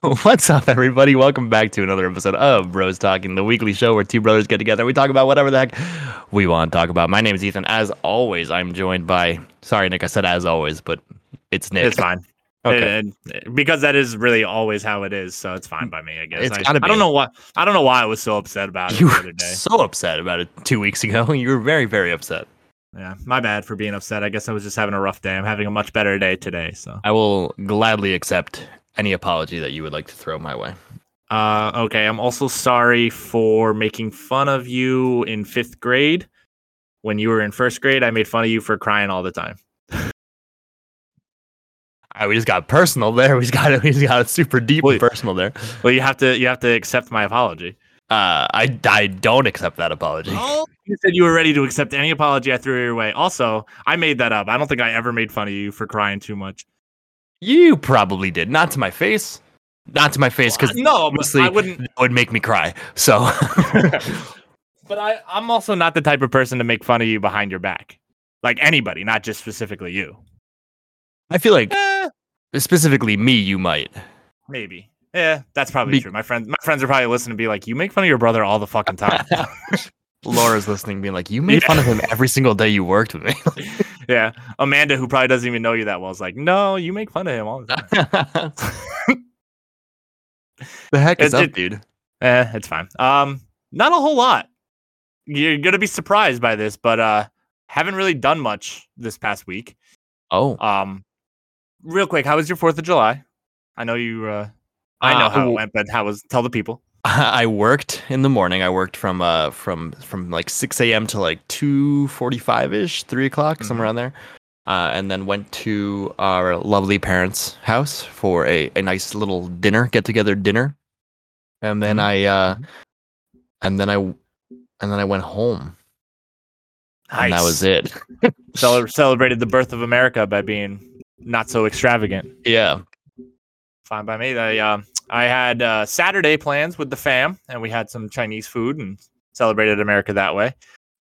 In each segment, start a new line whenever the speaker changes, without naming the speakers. What's up, everybody? Welcome back to another episode of Bros Talking, the weekly show where two brothers get together. We talk about whatever the heck we want to talk about. My name is Ethan. As always, I'm joined by. Sorry, Nick. I said as always, but it's Nick.
It's fine.
Okay. Mm,
And- and- because that is really always how it is, so it's fine by me, I guess.
It's
I,
gotta
I
be.
don't know why. I don't know why I was so upset about it
you
the
were
other day.
so upset about it two weeks ago. You were very, very upset.
Yeah, my bad for being upset. I guess I was just having a rough day. I'm having a much better day today. So,
I will gladly accept any apology that you would like to throw my way.
uh, okay. I'm also sorry for making fun of you in fifth grade. When you were in first grade, I made fun of you for crying all the time.
All right, Uh, we just got personal there. We just got we just got super deep and
Wait.
personal there.
Well, you have to you have to accept my apology.
Uh, I I don't accept that apology.
You said you were ready to accept any apology I threw your way. Also, I made that up. I don't think I ever made fun of you for crying too much.
You probably did. Not to my face. Not to my face because
no, but
honestly,
I wouldn't.
that would make me cry. So
But I, I'm also not the type of person to make fun of you behind your back, like anybody, not just specifically you.
I feel like specifically me, you might.
Maybe. Yeah, that's probably
Be-
true. My friends, my friends are probably listening to be like, "You make fun of your brother all the fucking time."
Laura's listening, being like, "You made
Yeah.
fun of him every single day you worked with me."
yeah, Amanda, who probably doesn't even know you that well, is like, "No, you make fun of him all the time."
the heck is
It-
up,
it-
dude?
eh, it's fine. Um, not a whole lot. You're gonna be surprised by this, but uh, haven't really done much this past week.
Oh,
Um, real quick, how was your Fourth of July? I know you. Uh, I know
Uh,
how it
w-
went, but how was? Tell the people.
I worked in the morning. I worked from uh from from like six a.m. to like two forty-five ish, three o'clock, somewhere around there. Uh, and then went to our lovely parents' house for a, a nice little dinner, get together dinner. And then I uh, and then I and then I went home, and that was it.
Cele- celebrated the birth of America by being not so extravagant.
Yeah,
Fine by me. I um I had uh, Saturday plans with the fam, and we had some Chinese food and celebrated America that way.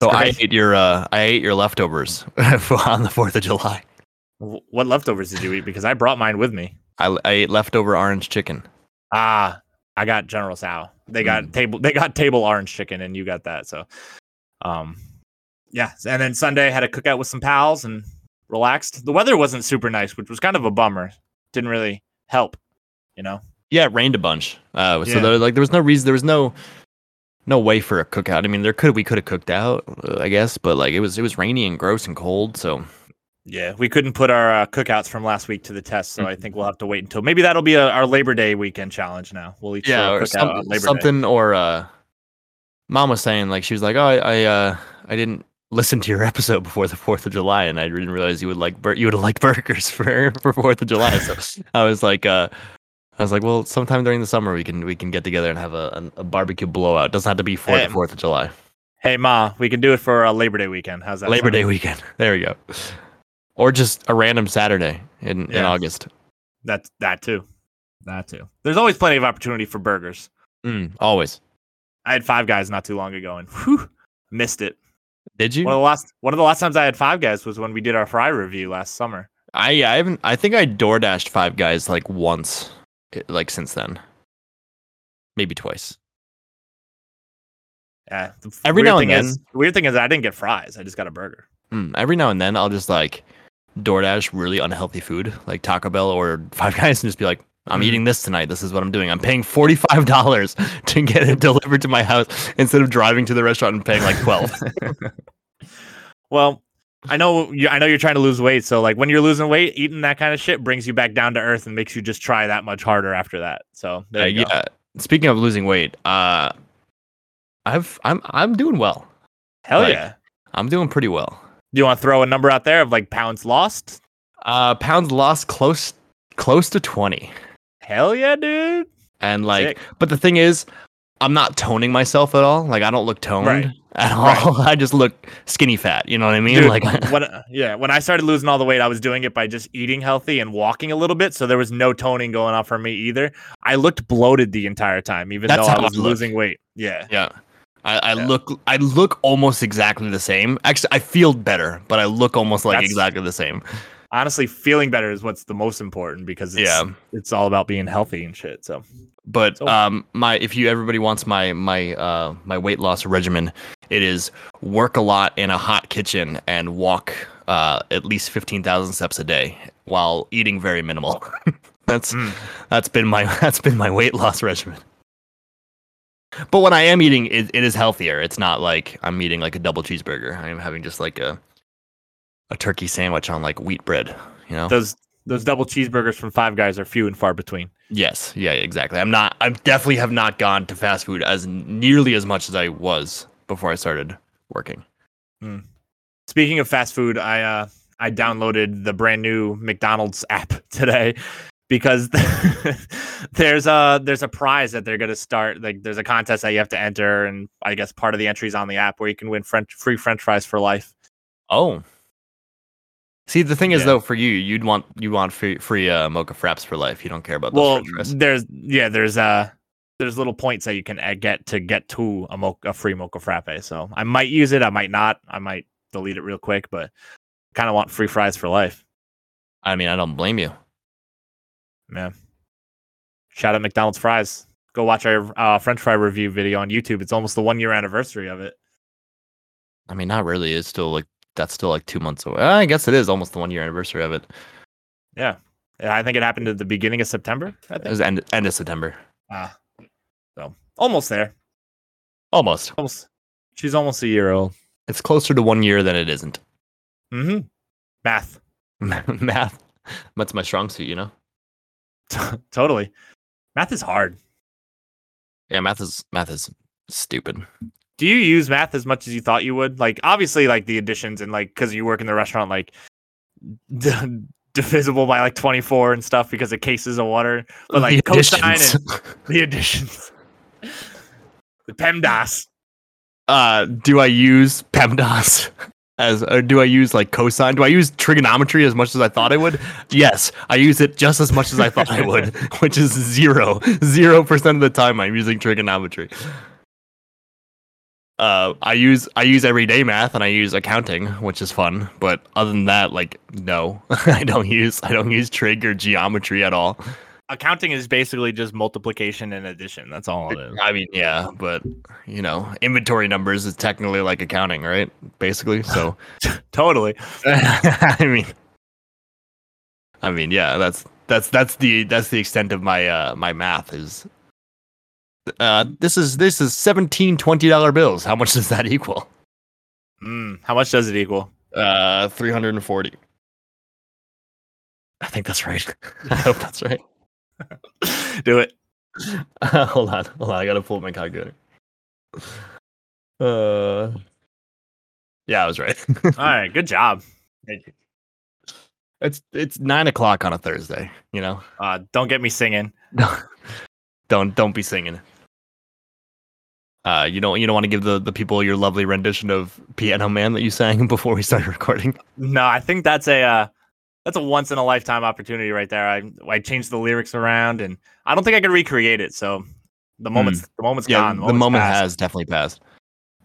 so I
Okay.
ate your uh, I ate your leftovers on the Fourth of July.
W- what leftovers did you eat? Because I brought mine with me.
I, I ate leftover orange chicken.
Ah, I got General Tso. They got
Hmm.
table. They got table orange chicken, and you got that. So, um, yeah. And then Sunday had a cookout with some pals and relaxed. The weather wasn't super nice, which was kind of a bummer. Didn't really help, you know.
Yeah, it rained a bunch. Uh, so
Yeah.
there, like, there was no reason. There was no, no way for a cookout. I mean, there could we could have cooked out, uh, I guess, but like it was it was rainy and gross and cold. So
Yeah, we couldn't put our uh, cookouts from last week to the test, so I
Mm-hmm.
think we'll have to wait until maybe that'll be a, our Labor Day weekend challenge. Now we'll each
yeah,
throw a
or
cookout
some-
on Labor Day.
something or uh, mom was saying like she was like, oh, I I, uh, I didn't listen to your episode before the Fourth of July, and I didn't realize you would like bur- you would like burgers for for Fourth of July. So I was like, uh, I was like, well, sometime during the summer we can we can get together and have a, an- a barbecue blowout. Doesn't have to be for
Hey.
the Fourth of July.
Hey Ma, we can do it for uh, Labor Day weekend. How's that?
Labor
sound?
Day weekend. There we go. Or just a random Saturday in, in
Yeah.
August.
That's that too. That too. There's always plenty of opportunity for burgers.
Mm, always.
I had Five Guys not too long ago, and whew, missed it.
Did you?
One of the last one of the last times I had Five Guys was when we did our fry review last summer.
I I haven't. I think I door dashed Five Guys like once, eh, like since then. Maybe twice.
Yeah. the f-
Every
weird
now
thing
and
is- the weird thing is I didn't get fries. I just got a burger.
Mm, every now and then, I'll just like DoorDash really unhealthy food, like Taco Bell or Five Guys, and just be like, "I'm
Mhm.
eating this tonight. This is what I'm doing. I'm paying forty five dollars to get it delivered to my house instead of driving to the restaurant and paying like twelve.
Well, I know you, I know you're trying to lose weight, so like when you're losing weight, eating that kind of shit brings you back down to earth and makes you just try that much harder after that. So there
Uh,
you go.
yeah. Speaking of losing weight, uh, I've I'm I'm doing well.
Hell
Like-
yeah.
I'm doing pretty well.
Do you want to throw a number out there of like pounds lost?
Uh, pounds lost close close to twenty,
Hell yeah, dude.
and like,
Sick.
but the thing is, I'm not toning myself at all. Like, I don't look toned
Right.
at all. I just look skinny fat. You know what I mean?
Dude,
like,
when, uh, yeah, when I started losing all the weight, I was doing it by just eating healthy and walking a little bit, so there was no toning going on for me either. I looked bloated the entire time, even
That's
though I
how I
was
look.
losing weight. Yeah,
yeah. I, I
Yeah.
look I look almost exactly the same. Actually, I feel better, but I look almost like
That's-
exactly the same.
honestly, feeling better is what's the most important because it's,
Yeah.
it's all about being healthy and shit. So
But
So-
um, my if you everybody wants my my uh my weight loss regimen, it is work a lot in a hot kitchen and walk uh at least fifteen thousand steps a day while eating very minimal. that's
Mm.
that's been my that's been my weight loss regimen. But when I am eating, it, it is healthier. It's not like I'm eating like a double cheeseburger. I am having just like a a turkey sandwich on like wheat bread. You know.
those those double cheeseburgers from Five Guys are few and far between.
Yes, yeah, exactly. I'm not. I definitely have not gone to fast food as nearly as much as I was before I started working.
Speaking of fast food, I uh, I downloaded the brand new McDonald's app today because there's a there's a prize that they're gonna start. Like there's a contest that you have to enter, and I guess part of the entries on the app where you can win French free French fries for life.
Oh, see, the thing is
Yeah.
though, for you, you'd want you want free free uh, mocha fraps for life. You don't care about those
Well,
French fries.
there's yeah, there's uh there's little points that you can uh, get to get to a, mo- a free mocha frappe. So I might use it, I might not, I might delete it real quick, but kind of want free fries for life.
I mean, I don't blame you.
Shout out McDonald's fries. Go watch our uh, French fry review video on YouTube. It's almost the one year anniversary of it.
I mean, not really. It's still like that's still like two months away. I guess it is almost the one year anniversary of it.
Yeah, I think it happened at the beginning of September. I
It
think.
was end end of September,
Ah, so almost there.
almost.
Almost. She's almost a year old.
It's closer to one year than it isn't.
Mm-hmm. Math.
Math, that's my strong suit. You know.
totally. Math is hard.
Yeah, math is math is stupid.
do you use math as much as you thought you would like obviously like the additions and like because you work in the restaurant like d- divisible by like 24 and stuff because of cases of water but like
The
cosine
additions.
and the additions the pemdas
uh, do I use PEMDAS as or do I use like cosine? Do I use trigonometry as much as I thought I would? Yes, I use it just as much as I thought I would, which is zero, zero percent of the time I'm using trigonometry. Uh, I use I use everyday math and I use accounting, which is fun. But other than that, like no, I don't use I don't use trig or geometry at all.
accounting is basically just multiplication and addition that's all it is
I mean, yeah, but you know, inventory numbers is technically like accounting, right? Basically, so
totally
I mean, I mean, yeah, that's that's that's the that's the extent of my uh my math is. Uh, this is this is seventeen twenty dollar bills. How much does that equal?
mm, how much does it equal
Uh, three hundred and forty. I think that's right. I hope that's right.
do it
hold on, hold on. I gotta pull up my calculator. Uh, yeah, I was right.
all right good job Thank you.
it's it's nine o'clock on a Thursday. You know,
uh, don't get me singing
don't don't be singing. Uh, you don't you don't want to give the, the people your lovely rendition of Piano Man that you sang before we started recording.
No, I think that's a uh, that's a once in a lifetime opportunity right there. I I changed the lyrics around, and I don't think I could recreate it. So the moment's the moment's gone.
Hmm. the moment
passed.
has definitely passed.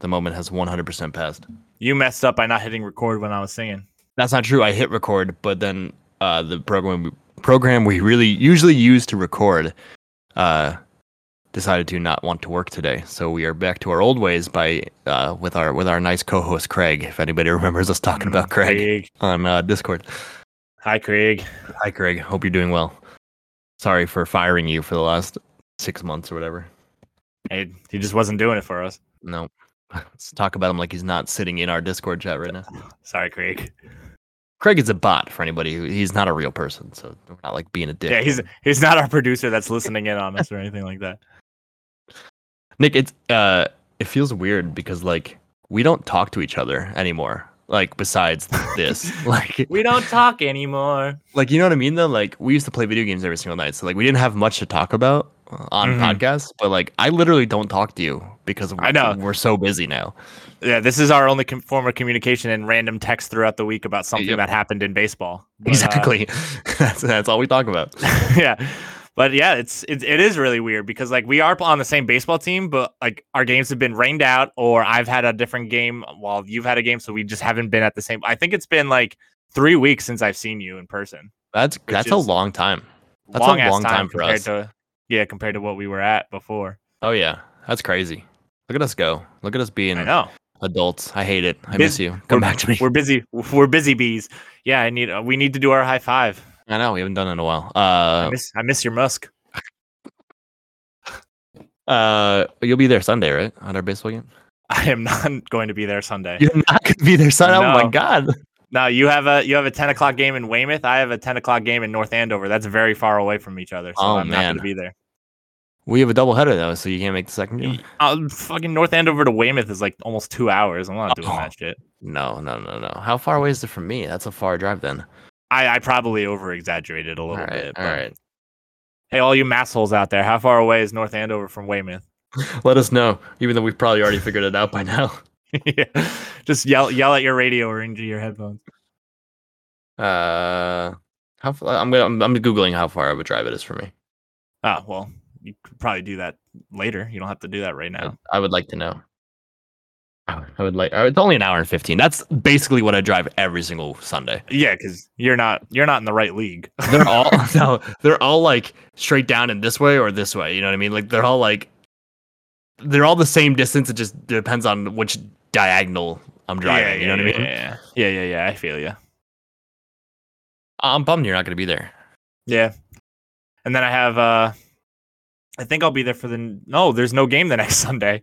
The moment has one hundred percent passed.
you messed up by not hitting record when I was singing.
That's not true. I hit record, but then uh, the program we, program we really usually use to record uh, decided to not want to work today. So we are back to our old ways by uh, with our with our nice co-host Craig. If anybody remembers us talking about Craig on uh, Discord,
Mm, Hi, Craig.
hi Craig. Hope you're doing well. Sorry for firing you for the last six months or whatever.
Hey, he just wasn't doing it for us.
No, let's talk about him like he's not sitting in our Discord chat right now.
Sorry, Craig.
Craig is a bot for anybody. who He's not a real person, so we're not like being a dick.
Yeah, he's he's not our producer that's listening in on us or anything like that.
Nick, it's uh, it feels weird because like we don't talk to each other anymore. Like besides this, like
We don't talk anymore.
like you know what I mean though. Like we used to play video games every single night, so like we didn't have much to talk about uh, on
Mhm.
podcasts. But like I literally don't talk to you because
I know.
we're so busy now.
Yeah, this is our only com- form of communication and random text throughout the week about something
Yep.
that happened in baseball. But, uh,
exactly. that's that's all we talk about.
yeah. But yeah, it's it, it is really weird because like we are on the same baseball team, but like our games have been rained out, or I've had a different game while you've had a game, so we just haven't been at the same. I think it's been like three weeks since I've seen you in person.
That's
Which
that's a
is
long time. That's a
long ass
long
time,
time for
compared
us.
to yeah, compared to what we were at before.
Oh yeah, that's crazy. Look at us go. Look at us being
I know
adults. I hate it. I
Biz-
miss you. Come
we're-
back to me.
we're busy. We're busy bees. Yeah, I need. Uh, we need to do our high five.
I know we haven't done it in a while.
I
Uh,
miss. I miss your Musk.
uh, you'll be there Sunday, right? At our baseball game.
I am not going to be there Sunday.
You're not gonna be there Sunday. Oh my
No.
god.
No, you have a you have a ten o'clock game in Weymouth. I have a ten o'clock game in North Andover. That's very far away from each other. So
Oh,
I'm not
man.
going to be there.
We have a doubleheader though, so you can't make the second game.
I'll, Uh, fucking North Andover to Weymouth is like almost two hours. I'm not doing
Oh.
that shit.
No, no, no, no. How far away is it from me? That's a far drive then.
I, I probably over exaggerated a
All
little
right,
bit.
all
but-
right.
Hey, all you massholes out there, how far away is North Andover from Weymouth?
Let us know, even though we've probably already figured it out by now.
yeah. Just yell yell at your radio or into your headphones.
Uh, how f- I'm gonna I'm, I'm googling how far of a drive it is for me.
Oh, well, you could probably do that later. You don't have to do that right
I-
now.
I, would like to know. I would- I would like. uh, It's only an hour and fifteen. That's basically what I drive every single Sunday.
Yeah, because you're not you're not in the right league.
They're all no, they're all like straight down and this way or this way. You know what I mean? Like they're all like they're all the same distance. It just depends on which diagonal I'm driving. you know what I mean?
Yeah, yeah, yeah, yeah. I feel you.
I'm bummed you're not gonna be there.
Yeah. And then I have uh I think I'll be there for the no, there's no game the next Sunday.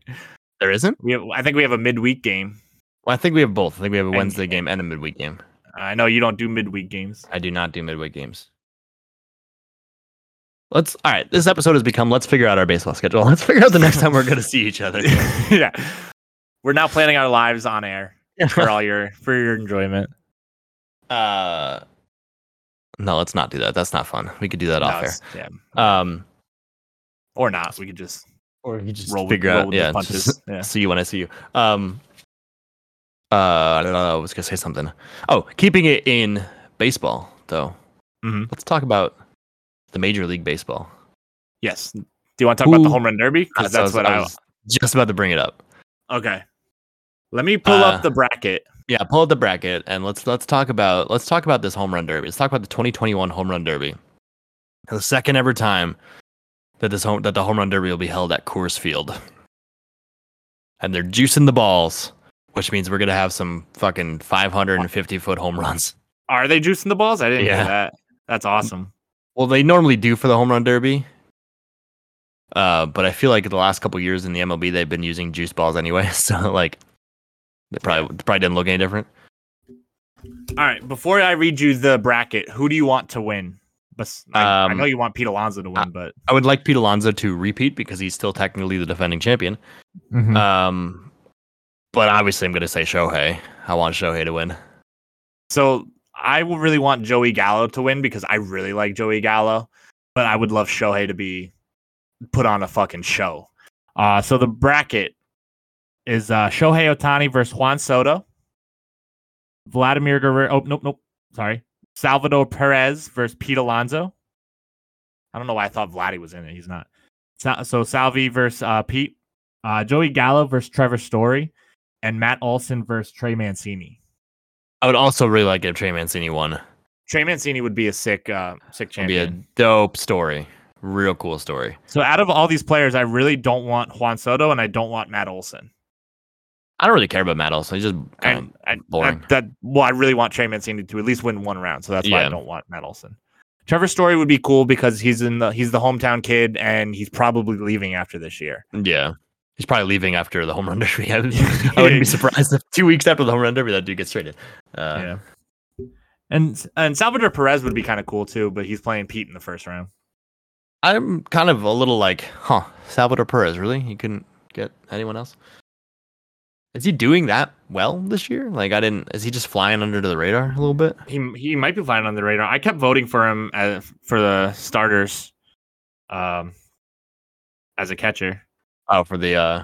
There isn't.
We have I think we have a midweek game.
Well, I think we have both. I think we have a
And-
Wednesday game and a midweek game.
I know you don't do midweek games.
I do not do midweek games. Let's all right. This episode has become let's figure out our baseball schedule. Let's figure out the next time we're gonna see each other.
yeah. We're now planning our lives on air for all your for your enjoyment.
Uh, no, let's not do that. That's not fun. We could do that
No,
off
it's- Yeah.
air. Um,
Or not. We could just
or you just
roll with,
figure
roll
out.
with
Yeah,
the punches.
just
yeah.
see you when I see you. Um, uh, I don't know. I was gonna say something. Oh, keeping it in baseball though.
Mhm.
Let's talk about the Major League Baseball.
Yes. Do you want to talk about the
Who-
home run derby? Because that's
was-
what I
was just about to bring it up.
Okay. Let me pull
Uh,
up the bracket.
Yeah, pull up the bracket and let's let's talk about let's talk about this home run derby. Let's talk about the 2021 home run derby. The second ever time that this home that the home run derby will be held at Coors Field. And they're juicing the balls, which means we're gonna have some fucking 550 foot home runs.
Are they juicing the balls? I didn't
Yeah.
hear that. That's awesome.
Well, they normally do for the home run derby. Uh, but I feel like the last couple years in the MLB they've been using juice balls anyway, so like they probably probably didn't look any different.
All right, before I read you the bracket, who do you want to win? Bes- I, I
Um,
know you want Pete Alonso to win,
uh,
but
I would like Pete Alonso to repeat because he's still technically the defending champion.
Mm-hmm.
Um, but obviously, I'm going to say Shohei. I want Shohei to win.
so I will really want Joey Gallo to win because I really like Joey Gallo, but I would love Shohei to be put on a fucking show. Uh, so the bracket is uh, Shohei Otani versus Juan Soto, Vladimir Guerrero. Oh nope, nope, sorry, Salvador Perez versus Pete Alonso. I don't know why I thought Vladdy was in it. He's not. Sa- So Salvi versus uh, Pete, uh, Joey Gallo versus Trevor Story, and Matt Olson versus Trey Mancini.
I would also really like if Trey Mancini won.
Trey Mancini would be a sick, uh, sick
It'd be a
champion.
dope story. Real cool story.
So out of all these players, I really don't want Juan Soto and I don't want Matt Olson.
I don't really care about Matt Olson. He's just kind
And I,
boring.
I- that well, I really want Trey Mancini to at least win one round. So that's why
Yeah.
I don't want Matt Olson. Trevor Story would be cool because he's in the he's the hometown kid and he's probably leaving after this year.
yeah. He's probably leaving after the home run derby. I wouldn't I wouldn't be surprised if two weeks after the home run derby, that dude gets traded. Uh,
yeah. And and Salvador Perez would be kind of cool too, but he's playing Pete in the first round.
I'm kind of a little like, huh, Salvador Perez, really? He couldn't get anyone else? Is he doing that well this year? Like, I didn't, is he just flying under the radar a little bit?
He he might be flying on the radar. I kept voting for him as, for the starters, um, as a catcher.
Oh, for the uh,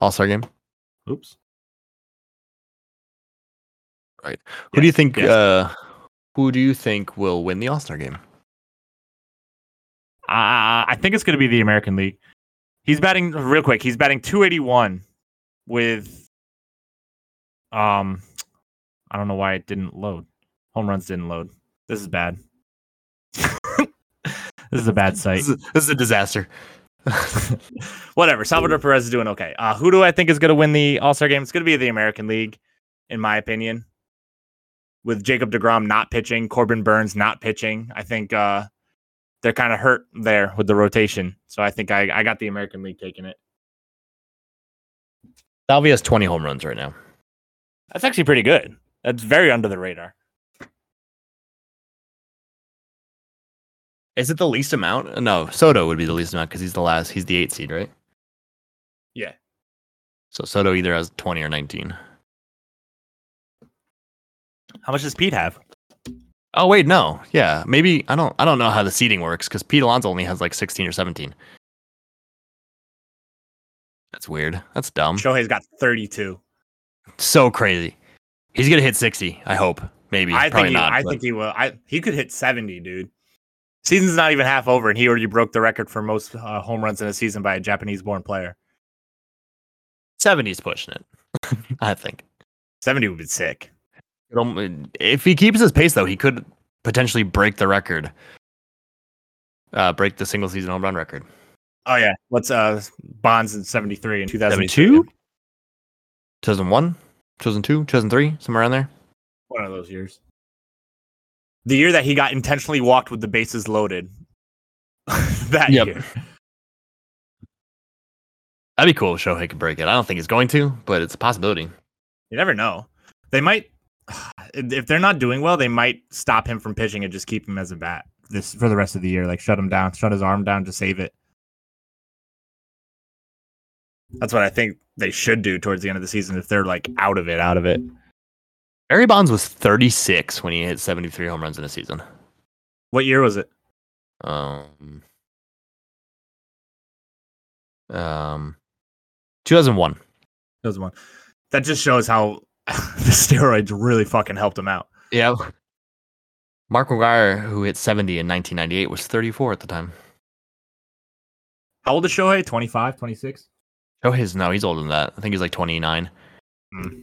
All Star game?
Oops.
Who do
Yes,
you think,
yes.
uh, who do you think will win the All Star game?
Uh, I think it's going to be the American League. He's batting real quick. He's batting 281 with um I don't know why it didn't load. Home runs didn't load. This is bad. this is a bad site.
This is, this is a disaster.
Whatever. Salvador Perez is doing okay. Uh, who do I think is going to win the All Star game? It's going to be the American League, in my opinion. With Jacob DeGrom not pitching, Corbin Burns not pitching, I think uh, they're kind of hurt there with the rotation. So I think I, I got the American League taking it.
Salvi has 20 home runs right now.
That's actually pretty good. That's very under the radar.
Is it the least amount? No, Soto would be the least amount because he's the last. He's the eight seed, right?
Yeah.
So Soto either has 20 or 19.
How much does Pete have?
Oh wait, no. Yeah, maybe I don't. I don't know how the seeding works because Pete Alonso only has like 16 or 17. That's weird. That's dumb.
Um, Shohei's got 32.
So crazy. He's gonna hit 60. I hope. Maybe.
I think
Probably
he,
not.
I
but-
think he will. I he could hit 70, dude. Season's not even half over, and he already broke the record for most uh, home runs in a season by a Japanese-born player.
70's pushing it. I think.
70 would be sick.
It'll- If he keeps his pace, though, he could potentially break the record. Uh, break the single season home run record.
Oh yeah, what's uh Bonds in 73 and 2002?
72? 2001, 2002, 2003, somewhere around there.
One of those years. The year that he got intentionally walked with the bases loaded. that
Yep.
year.
That'd be cool if Shohei could break it. I don't think he's going to, but it's a possibility.
You never know. They might if they're not doing well, they might stop him from pitching and just keep him as a bat this for the rest of the year. Like shut him down, shut his arm down to save it. That's what I think they should do towards the end of the season if they're like out of it, out of it.
Barry Bonds was 36 when he hit 73 home runs in a season.
What year was it?
Um, um, 2001.
That was one. That just shows how the steroids really fucking helped him out.
Yeah. Mark McGuire, who hit 70 in 1998, was 34 at the time.
How old is Shohei? 25, 26?
Oh, his no, he's older than that. I think he's like 29
Mm.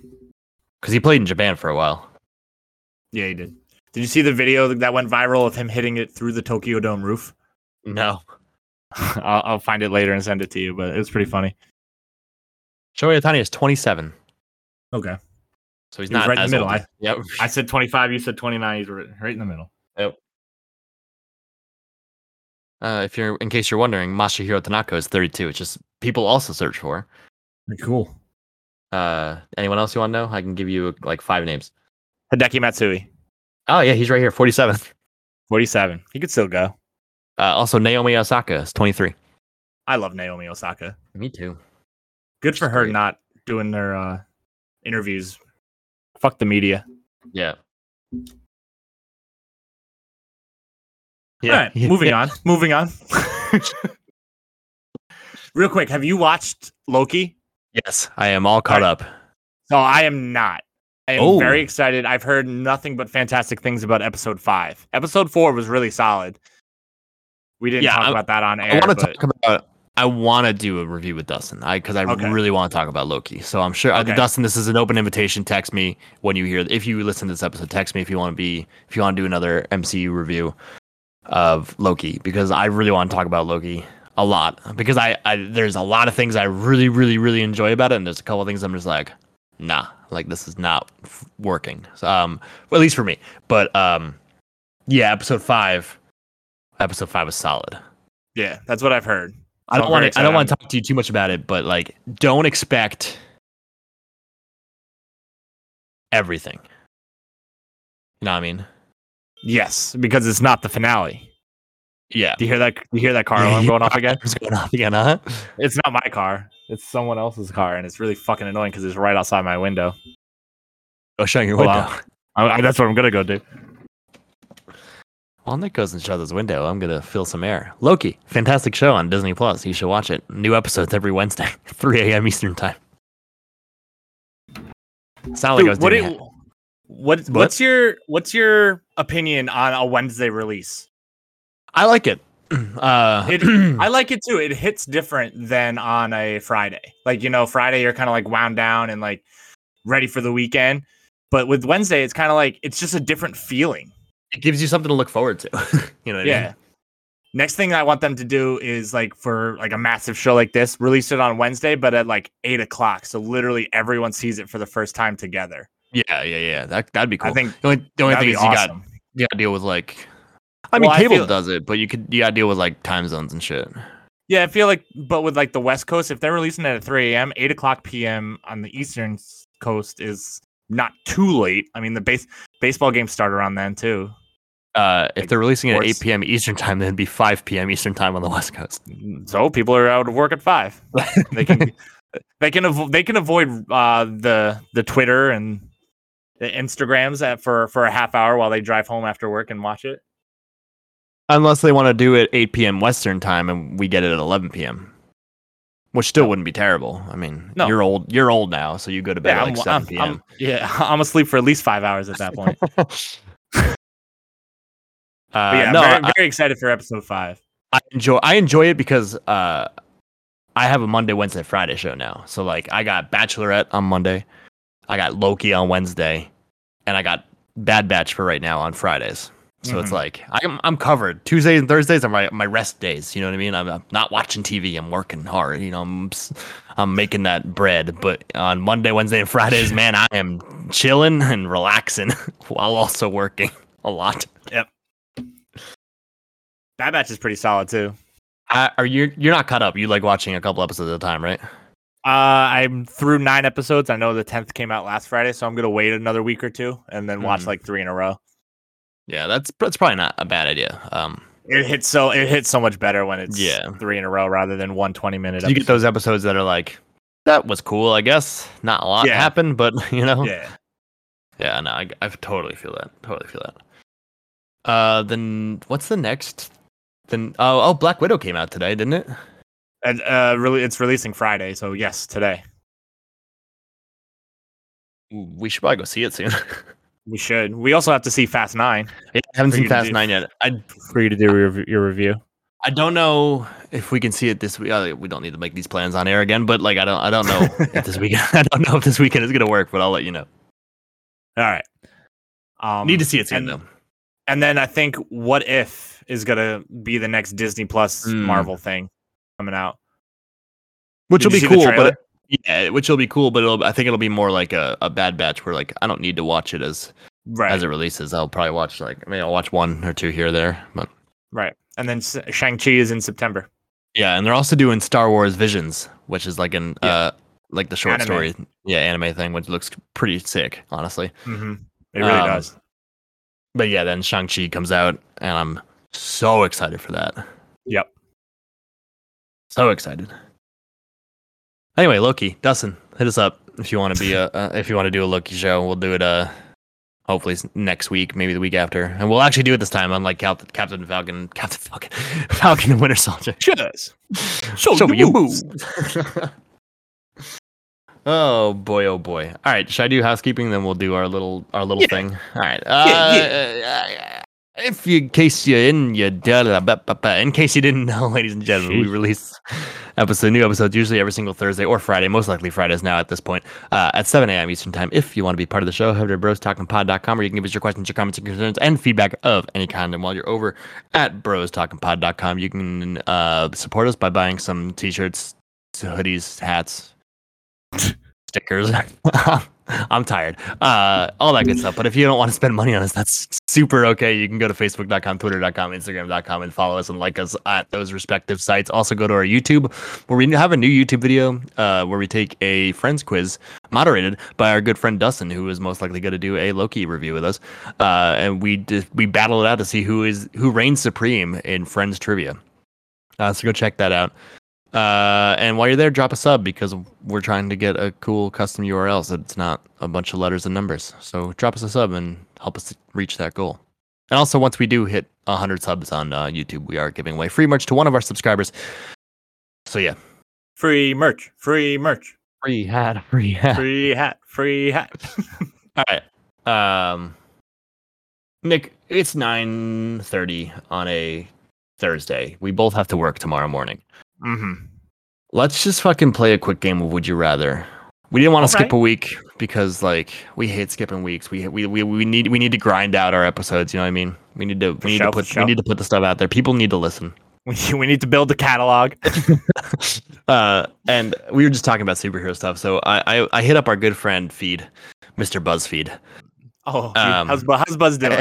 because he played in Japan for a while.
Yeah, he did. Did you see the video that went viral of him hitting it through the Tokyo Dome roof?
No,
I'll, I'll find it later and send it to you, but it was pretty funny.
Shohei Otani is 27,
Okay.
so he's
He was
not
right in the
as
middle,
old.
I-
Yep.
I said 25, you said 29. He's right, right in the middle.
Uh, if you're, in case you're wondering, Masahiro Tanaka is 32. It's just people also search for.
Cool.
Uh, anyone else you want to know? I can give you like five names.
Hideki Matsui,
Oh yeah, he's right here, 47.
47. He could still go.
Uh, also Naomi Osaka is 23.
I love Naomi Osaka.
Me too.
Good for
She's
her
great.
not doing her uh, interviews. Fuck the media.
Yeah.
All right, moving on. Moving on. Real quick, have you watched Loki?
Yes, I am all caught
All
up.
No, I am not. I am
Oh.
very excited. I've heard nothing but fantastic things about episode five. Episode four was really solid. We didn't
Yeah,
talk
I-
about that on air.
I want to
but
talk about. I want to do a review with Dustin. I because I
Okay.
really want to talk about Loki. So I'm sure uh,
Okay.
Dustin, this is an open invitation. Text me when you hear if you listen to this episode. Text me if you want to be if you want to do another MCU review of Loki because I really want to talk about Loki a lot because I, I there's a lot of things I really really really enjoy about it and there's a couple of things I'm just like nah like this is not f- working so, um well, at least for me but um yeah episode five episode five was solid
yeah, that's what I've heard.
I
So
don't want
I'm very
to. I
excited.
don't want to talk to you too much about it, but like, don't expect everything. You know what I mean?
Yes, because it's not the finale.
Yeah.
Do you hear that? Do you hear that car alarm going off again?
It's going off again, huh?
It's not my car. It's someone else's car, and it's really fucking annoying because it's right outside my window.
Oh, shutting your
Hold
window.
on. I, I- that's what I'm gonna go do.
While Nick goes and shuts his window, I'm gonna fill some air. Loki, fantastic show on Disney Plus. You should watch it. New episodes every Wednesday, 3 a.m. Eastern time. Sound like I was
Dude, what,
doing
do
it.
you- what what's your what's your opinion on a Wednesday release?
I like it. Uh,
It- I like it too. It hits different than on a Friday. Like, you know, Friday you're kind of like wound down and like ready for the weekend. But with Wednesday, it's kind of like it's just a different feeling.
It gives you something to look forward to. you know what I
yeah.
mean?
Next thing I want them to do is like for like a massive show like this, release it on Wednesday, but at like eight o'clock. So literally everyone sees it for the first time together.
Yeah, yeah, yeah. That that'd be cool.
I think
the only, the only
that'd
thing
be
is you got
awesome.
you got to deal with like. I mean,
Well, I
cable
feel-
does it, but you could you got to deal with like time zones and shit.
Yeah, I feel like, but with like the West Coast, if they're releasing it at 3 a.m., 8 o'clock p.m. on the Eastern s- Coast is not too late. I mean, the base baseball games start around then too.
Uh, if they're releasing it at
Sports.
8 p.m. Eastern time, then it'd be 5 p.m. Eastern time on the West Coast.
So people are out of work at five. They can they can avo- they can avoid uh, the the Twitter and the Instagrams at, for for a half hour while they drive home after work and watch it.
Unless they want to do it 8 p.m. Western time and we get it at 11 p.m. Which still wouldn't be terrible. I mean,
No.
you're old. You're old now, so you go to bed at
Yeah,
like
I'm,
7
I'm, I'm, yeah, I'm asleep for at least five hours at that point.
p.m.
But
uh,
yeah,
no,
very,
I,
very excited for episode five.
I enjoy. I enjoy it because uh, I have a Monday, Wednesday, Friday show now. So like, I got Bachelorette on Monday, I got Loki on Wednesday, and I got Bad Batch for right now on Fridays. So it's
Mhm.
like I'm I'm covered. Tuesdays and Thursdays are my, my rest days. You know what I mean? I'm, I'm not watching TV. I'm working hard. You know, I'm s- I'm making that bread. But on Monday, Wednesday, and Fridays, man, I am chilling and relaxing while also working a lot.
Bad Batch is pretty solid too.
I, are you you're not caught up? You like watching a couple episodes at a time, right?
Uh, I'm through nine episodes. I know the tenth came out last Friday, so I'm gonna wait another week or two and then watch
Mhm.
like three in a row.
Yeah, that's that's probably not a bad idea. Um,
It hits so it hits so much better when it's
Yeah.
three in a row rather than one 20 minute.
you get those episodes that are like, that was cool, I guess. Not a lot
Yeah.
happened, but you know, yeah,
Yeah,
no, I, I totally feel that. Totally feel that. Uh, then what's the next? Then oh oh, Black Widow came out today, didn't it?
and uh, really, it's releasing Friday, so yes, today
Ooh, We should probably go see it soon.
we should. We also have to see Fast Nine
I haven't
For you
seen
to
Fast
do.
Nine yet. I
for you to do your, your review.
I don't know if we can see it this week. Uh, we don't need to make these plans on air again, but like I don't I don't know if this weekend I don't know if this weekend is gonna work, but I'll let you know.
All right. Um,
Need to see it soon
and-
though.
and then I think What If is gonna be the next Disney Plus
Mm.
Marvel thing coming out.
which
Did
will be
you see the
cool but
trailer?
yeah which will be cool but it'll, i think it'll be more like a, a bad batch where like i don't need to watch it as
Right.
as it releases i'll probably watch like i mean i'll watch one or two here or there but
Right. And then S- Shang-Chi is in September.
yeah and they're also doing star wars visions which is like an
Yeah.
uh like the short
Anime.
story yeah anime thing which looks pretty sick honestly
Mm-hmm. It really
Um,
does.
but yeah then shang-chi comes out and i'm so excited for that
Yep.
so excited anyway loki dustin hit us up if you want to be a uh, if you want to do a loki show we'll do it uh hopefully s- next week maybe the week after and we'll actually do it this time unlike Cap- captain falcon captain falcon falcon and winter soldier
Cheers.
show,
me your
oh boy oh boy all right should i do housekeeping then we'll do our little our little
Yeah.
thing all right
Yeah,
uh, if you in case you're Uh, in your in case you didn't know ladies and gentlemen we
Sheesh.
release episode new episodes usually every single thursday or friday most likely fridays now at this point uh, at 7 a.m eastern time if you want to be part of the show head over to bros where you can give us your questions your comments your concerns and feedback of any kind and while you're over at brostalkingpod.com. You can uh, support us by buying some t-shirts, hoodies, hats, stickers. I'm tired. Uh, all that good stuff. But if you don't want to spend money on us, that's super okay. You can go to facebook.com, twitter.com, instagram.com, and follow us and like us at those respective sites. Also, go to our YouTube, where we have a new YouTube video uh, where we take a friends quiz moderated by our good friend Dustin, who is most likely going to do a Loki review with us. Uh, and we just, we battle it out to see who is who reigns supreme in friends trivia. Uh, so go check that out. Uh, and while you're there, drop a sub because we're trying to get a cool custom URL so it's not a bunch of letters and numbers. So drop us a sub and help us reach that goal. And also, once we do hit 100 subs on uh, YouTube, we are giving away free merch to one of our subscribers. So yeah,
Free merch. Free merch.
free hat, free hat.
Free hat. Free hat.
All right, um, Nick, it's 9:30 on a Thursday. We both have to work tomorrow morning.
mm-hmm.
Let's just fucking play a quick game of Would You Rather We didn't want to skip
Alright.
a week because like we hate skipping weeks. We, we we we need we need to grind out our episodes. You know what I mean? We need to we need
sure,
to
for
put
sure.
we need to put the stuff out there. People need to listen.
We, we need to build the catalog.
Uh, and we were just talking about superhero stuff, so I I, I hit up our good friend Feed, Mr. Buzzfeed.
Oh, dude,
Um,
how's, Bu- how's Buzz doing?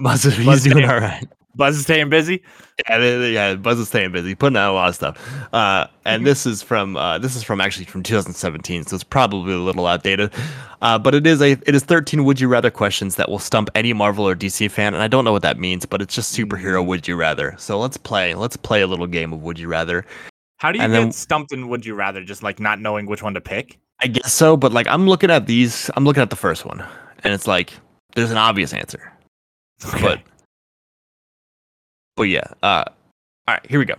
Buzz, he's
Buzz
doing
Feed.
all right.
Buzz is staying busy.
Yeah, they- they- yeah, Buzz is staying busy, putting out a lot of stuff. Uh, and this is from uh, this is from actually from 2017, so it's probably a little outdated. Uh, but it is a it is 13 would you rather questions that will stump any Marvel or DC fan, and I don't know what that means, but it's just superhero would you rather. So let's play let's play a little game of would you rather.
How do you
And
get
then-
stumped and would you rather just like not knowing which one to pick?
I guess so, but like I'm looking at these, I'm looking at the first one, and it's like there's an obvious answer. But but yeah. Uh, all right, here we go.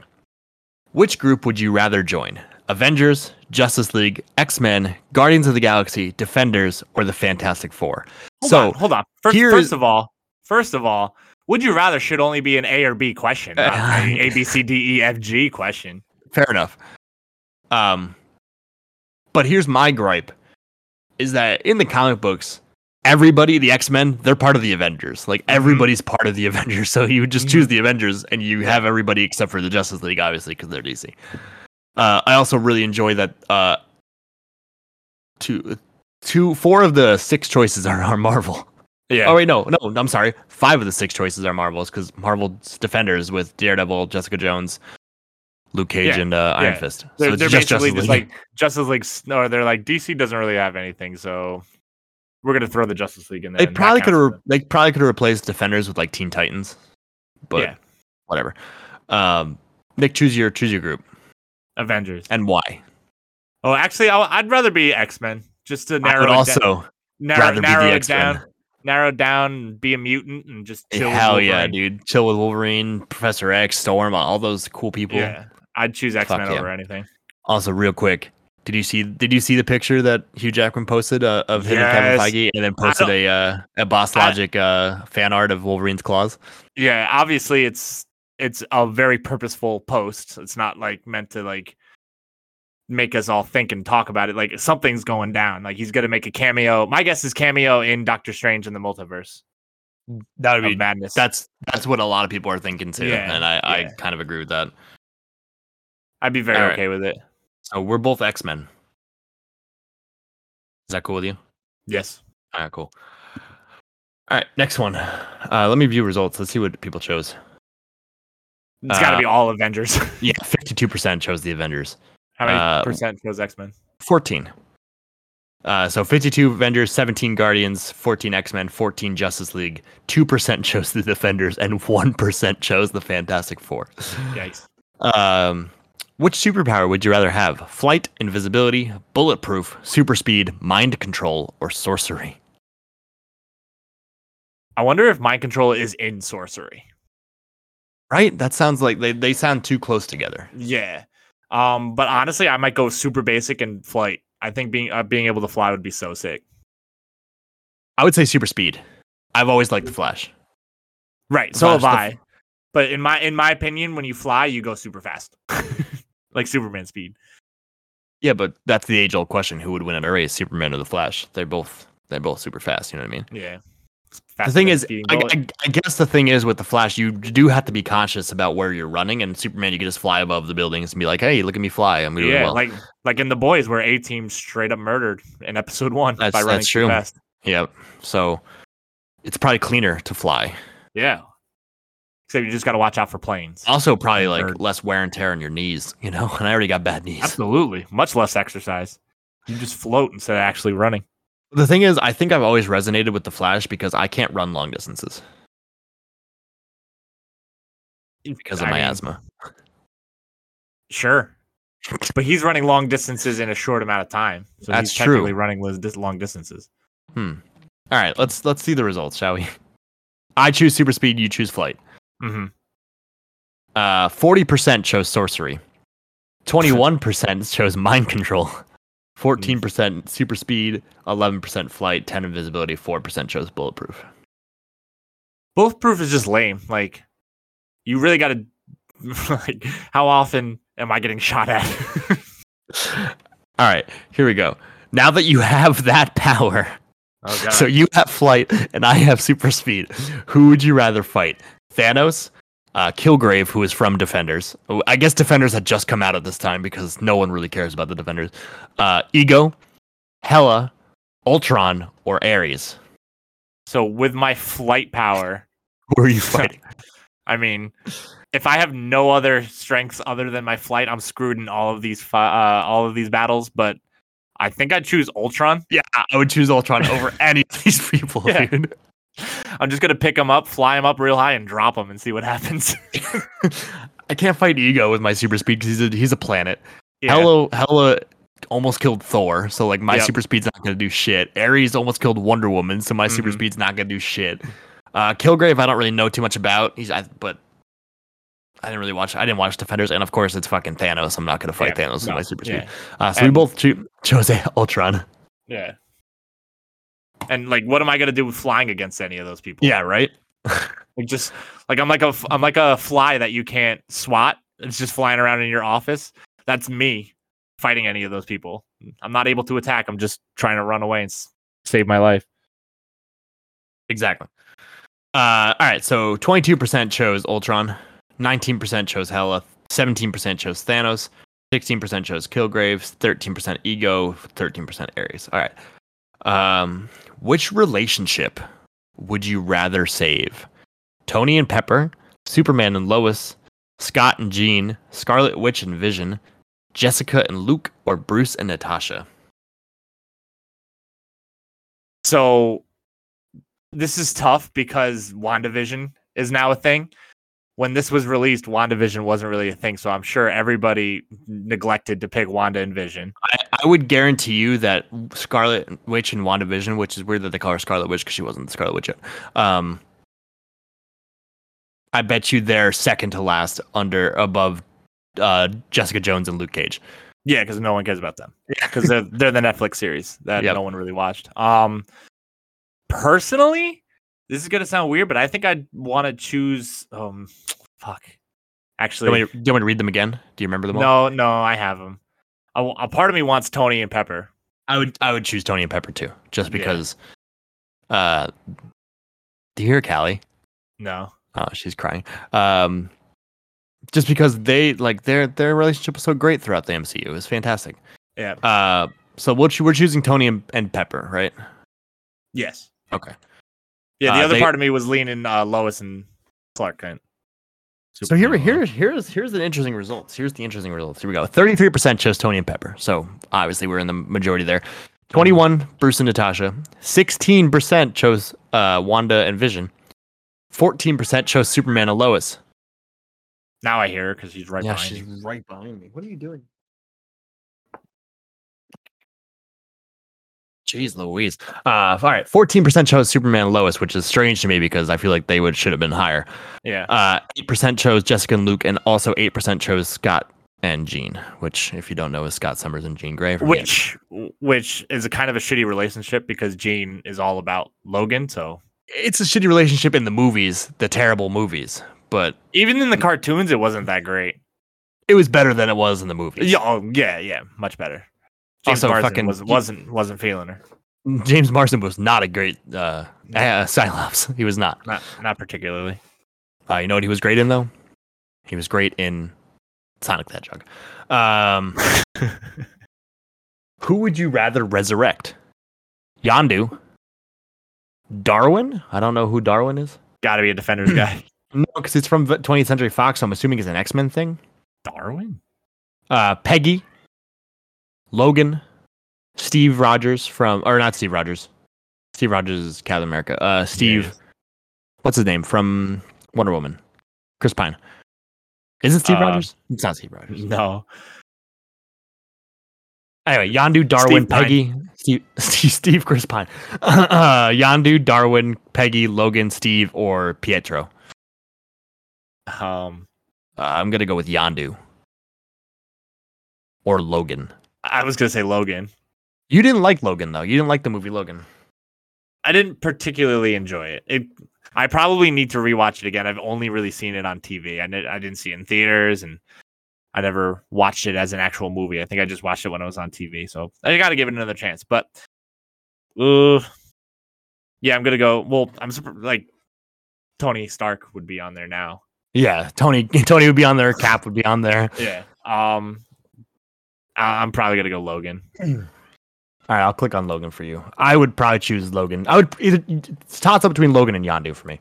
Which group would you rather join? Avengers, Justice League, X Men, Guardians of the Galaxy, Defenders, or the Fantastic Four?
Hold
so
on, hold on. First,
here
first
is-
of all, first of all, would you rather should only be an A or B question, not a A, B, C, D, E, F, G question.
fair enough. Um, but here's my gripe: is that in the comic books, everybody, the X Men, they're part of the Avengers. Like everybody's part of the Avengers, so you would just choose the Avengers, and you have everybody except for the Justice League, obviously, because they're DC. Uh, I also really enjoy that. Uh, two, two, four of the six choices are, are Marvel.
Yeah.
Oh wait, no, no, I'm sorry. Five of the six choices are Marvels because Marvel's Defenders with Daredevil, Jessica Jones, Luke Cage,
Yeah,
and uh, Iron
yeah.
Fist.
they're,
it's
they're
just
basically
Justice
just
League.
like Justice League, s- or they're like DC doesn't really have anything, so we're gonna throw the Justice League in there.
they
and that
probably could
counts
have
for
re- they probably could have replaced Defenders with like Teen Titans, but
Yeah.
whatever. Um, Nick, choose your choose your group
the Avengers.
and why.
Oh, actually, i would rather be X Men just to
I
narrow
would
it down-
also
narrow,
rather be
narrow
the
it
X Men.
down, narrow it down, and be a mutant and just chill. with
Hell yeah,
Wolverine.
dude! Chill with Wolverine, Professor X, Storm, all those cool people.
Yeah, I'd choose X Men
yeah.
over anything.
Also, real quick, did you see did you see the picture that Hugh Jackman posted uh, of him and Kevin
Yes.
Feige, and then posted
don't-
a uh, a Boss
I-
Logic uh, fan art of Wolverine's claws?
Yeah, obviously, it's it's a very purposeful post. It's not like meant to like make us all think and talk about it. Like something's going down. Like he's gonna make a cameo. My guess is cameo in Doctor Strange in the Multiverse
Mm, That
of Madness.
that's that's what a lot of people are thinking too,
Yeah,
and I, I
yeah.
kind of agree with that.
I'd be very
All right.
okay with it.
So we're both X Men. Is that cool with you?
Yes.
All right, cool. All right, next one. Uh, let me view results. Let's see what people chose.
It's got to
Uh,
be all Avengers.
Yeah, fifty-two percent chose the Avengers.
How many
uh,
percent goes X Men?
14. Uh, so 52 Avengers, 17 Guardians, 14 X Men, 14 Justice League. 2% chose the Defenders, and 1% chose the Fantastic Four.
Yikes!
Um, which superpower would you rather have? Flight, invisibility, bulletproof, super speed, mind control, or sorcery?
I wonder if mind control is in sorcery.
Right? That sounds like they, they sound too close together.
Yeah. Um, but honestly, I might go super basic and flight. I think being uh, being able to fly would be so sick.
I would say super speed. I've always liked the Flash.
Right. So
Flash
have
the
I.
f-
but in my in my opinion, when you fly, you go super fast, like Superman speed.
Yeah, but that's the age old question who would win in a race, Superman or the Flash? They're both they're both super fast, you know what I mean?
Yeah. It's
the
faster
thing
than a
is, I,
speeding bullet.
I, I guess the thing is with the Flash, you do have to be conscious about where you're running. And Superman, you can just fly above the buildings and be like, "Hey, look at me fly! I'm doing
yeah,
well."
like like in the boys where A team straight up murdered in episode one
That's-
by running
that's
too
true.
fast.
yep. So it's probably cleaner to fly.
Yeah. Except you just got to watch out for planes.
Also, probably like
Bird.
less wear and tear on your knees. You know, and I already got bad knees.
Absolutely, much less exercise. You just float instead of actually running.
The thing is, I think I've always resonated with the Flash because I can't run long distances because of
I
my
mean,
asthma.
Sure. But he's running long distances in a short amount of time. So
That's
he's technically
true.
running lo- dis- long distances.
All right, let's let's see the results, shall we? I choose super speed. You choose flight.
Mm-hmm.
Uh, 40% chose sorcery. 21% chose mind control. 14% super speed, 11% flight, 10 invisibility, 4% chose bulletproof.
Bulletproof is just lame. Like, you really got to, like, how often am I getting shot at?
All right, here we go. Now that you have that power,
Oh god.
so you have flight and I have super speed. Who would you rather fight? Thanos, uh, Kilgrave, who is from Defenders. Oh, I guess Defenders had just come out at this time because no one really cares about the Defenders. Uh, Ego, Hela, Ultron, or Ares.
so with my flight power,
Who are you fighting?
I mean, if I have no other strengths other than my flight, I'm screwed in all of these fi- uh, all of these battles. But I think I'd choose Ultron.
yeah, I would choose Ultron over any of these people,
Yeah.
dude.
I'm just gonna pick him up, fly him up real high, and drop him and see what happens.
I can't fight Ego with my super speed because he's a, he's a planet.
Yeah.
Hella Hella almost killed Thor, so like my
Yep.
super speed's not gonna do shit. Ares almost killed Wonder Woman, so my super
Mhm.
speed's not gonna do shit. Uh, Kilgrave, I don't really know too much about. He's I, but I didn't really watch. I didn't watch Defenders, and of course it's fucking Thanos. I'm not gonna fight
Yeah,
Thanos with
no,
my super
yeah.
speed. Uh, so we
And-
both choose Jose Ultron.
Yeah. And like, what am I gonna do with flying against any of those people?
Yeah, right.
Like, just like I'm like a f- I'm like a fly that you can't swat. It's just flying around in your office. That's me fighting any of those people. I'm not able to attack. I'm just trying to run away and s- save my life.
Exactly. Uh, all right. So 22% chose Ultron, 19% chose Hela, 17% chose Thanos, 16% chose Kilgrave, 13% Ego, 13% Ares. All right. Um, which relationship would you rather save? Tony and Pepper, Superman and Lois, Scott and Jean, Scarlet Witch and Vision, Jessica and Luke, or Bruce and Natasha?
So this is tough because WandaVision is now a thing. When this was released, WandaVision wasn't really a thing, so I'm sure everybody neglected to pick Wanda and Vision.
I, I would guarantee you that Scarlet Witch and WandaVision, which is weird that they call her Scarlet Witch because she wasn't the Scarlet Witch yet. Um, I bet you they're second to last under above uh, Jessica Jones and Luke Cage.
Yeah, because no one cares about them. Yeah, because they're they're the Netflix series that
Yep.
no one really watched. Um, personally, this is gonna sound weird, but I think I'd want to choose. Um, fuck.
Do you,
Actually,
want me to, do you want me to read them again? Do you remember them all?
no, no, I have them. A, a part of me wants Tony and Pepper.
I would I would choose Tony and Pepper too, just
Yeah.
because. Uh, do you hear Callie?
No,
Oh, she's crying. Um, just because they like their their relationship was so great throughout the MCU, it was fantastic.
yeah,
Uh, so we'll choo- we're choosing Tony and, and Pepper, right?
yes,
Okay.
yeah. The
Uh,
other
they-
part of me was leaning uh, Lois and Clark Kent.
so here,
Superman
here, here's here's an interesting results. Here's the interesting results. Here we go. Thirty three percent chose Tony and Pepper. So obviously we're in the majority there. Twenty one Bruce and Natasha. Sixteen percent chose uh, Wanda and Vision. Fourteen percent chose Superman and Lois.
Now I hear her because she's right behind. me.
right behind me. What are you doing? Jeez Louise. Uh, all right. 14% chose Superman and Lois, which is strange to me because I feel like they would should have been higher.
Yeah,
Uh, 8% chose Jessica and Luke, and also 8% chose Scott and Jean, which, if you don't know, is Scott Summers and Jean Grey. from the-
which which is a kind of a shitty relationship because Jean is all about Logan, so.
It's a shitty relationship in the movies, the terrible movies, but
Even in the
Mm.
cartoons, it wasn't that great.
it was better than it was in the movies.
Yeah, oh, yeah, yeah, much better. James
Also,
Marsden
fucking-
was, wasn't wasn't feeling her,
James Marsden was not a great uh, uh, Cyclops. He was not.
not not particularly.
Uh, you know what he was great in though? He was great in Sonic the Hedgehog. Um, who would you rather resurrect? Yondu, Darwin? I don't know who Darwin is.
Got to be a Defenders guy.
No, because it's from v- 20th Century Fox. So I'm assuming it's an X Men thing.
Darwin.
Uh, Peggy, Logan, Steve Rogers from, or not Steve Rogers. Steve Rogers is Captain America. Uh, Steve, what's his name from Wonder Woman? Chris Pine. Is it Steve
Uh,
Rogers? It's not Steve Rogers.
No,
Anyway, Yandu, Darwin,
Steve Pine.
Peggy, Steve, Steve, Steve, Chris Pine, uh, Yandu, Darwin, Peggy, Logan, Steve, or Pietro.
um,
Uh, I'm gonna go with Yandu or Logan.
I was gonna say Logan.
You didn't like Logan though. You didn't like the movie Logan.
I didn't particularly enjoy it. It. I probably need to rewatch it again. I've only really seen it on TV. I, did, I didn't see it in theaters, and I never watched it as an actual movie. I think I just watched it when it was on TV. So I got to give it another chance. But uh, yeah, I'm gonna go. Well, I'm surp- like Tony Stark would be on there now.
Yeah, Tony Tony would be on there. Cap would be on there.
Yeah. Um, I- I'm probably gonna go Logan.
All right, I'll click on Logan for you. I would probably choose Logan. I would either it's a toss up between Logan and Yandu for me.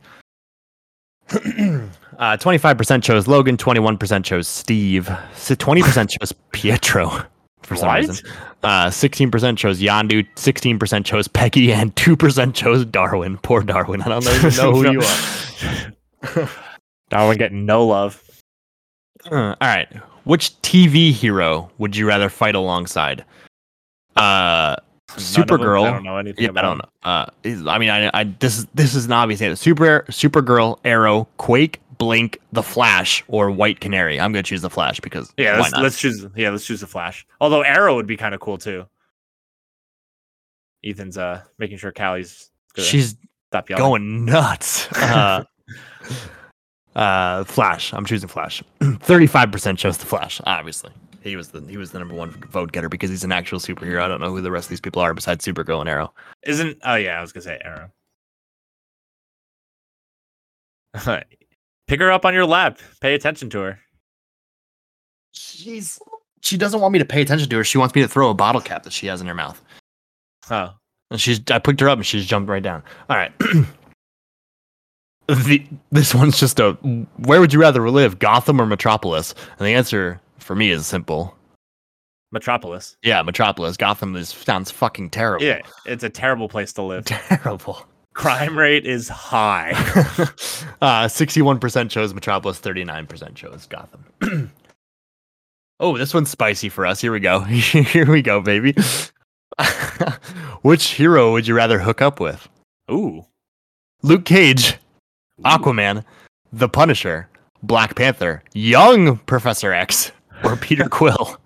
Uh, 25% chose Logan, 21% chose Steve, so 20% chose Pietro for some
What?
reason. Uh, 16% chose Yandu, 16% chose Peggy, and 2% chose Darwin. Poor Darwin. I don't even know who you are.
are. Darwin getting no love.
Uh, all right. Which TV hero would you rather fight alongside? Uh,
None of them. I don't
Supergirl.
know anything.
Yeah, I
about
don't know. Uh, is- I mean, I, I this is this is an obvious answer. Super, Supergirl, Arrow, Quake, Blink, The Flash, or White Canary. I'm gonna choose The Flash because
Yeah,
why
let's,
not?
let's choose. Yeah, let's choose the Flash. Although Arrow would be kind of cool too. Ethan's uh making sure Callie's gonna
She's
stop yelling.
going nuts. Uh, uh, Flash. I'm choosing Flash. Thirty-five percent chose The Flash. Obviously, he was the he was the number one vote getter because he's an actual superhero. I don't know who the rest of these people are besides Supergirl and Arrow.
Isn't? Oh yeah, I was gonna say Arrow. Pick her up on your lap. Pay attention to her.
She's she doesn't want me to pay attention to her. She wants me to throw a bottle cap that she has in her mouth.
Oh,
And she's I picked her up and she's jumped right down. All right. the, this one's just a where would you rather live, Gotham or Metropolis? And the answer for me is simple.
Metropolis.
Yeah, Metropolis. Gotham is sounds fucking terrible.
Yeah, it's a terrible place to live.
Terrible.
Crime rate is high.
uh, 61% chose Metropolis, 39% chose Gotham. oh, this one's spicy for us. Here we go. Here we go, baby. Which hero would you rather hook up with?
Ooh,
Luke Cage, Aquaman, The Punisher, Black Panther, young Professor X, or Peter Quill?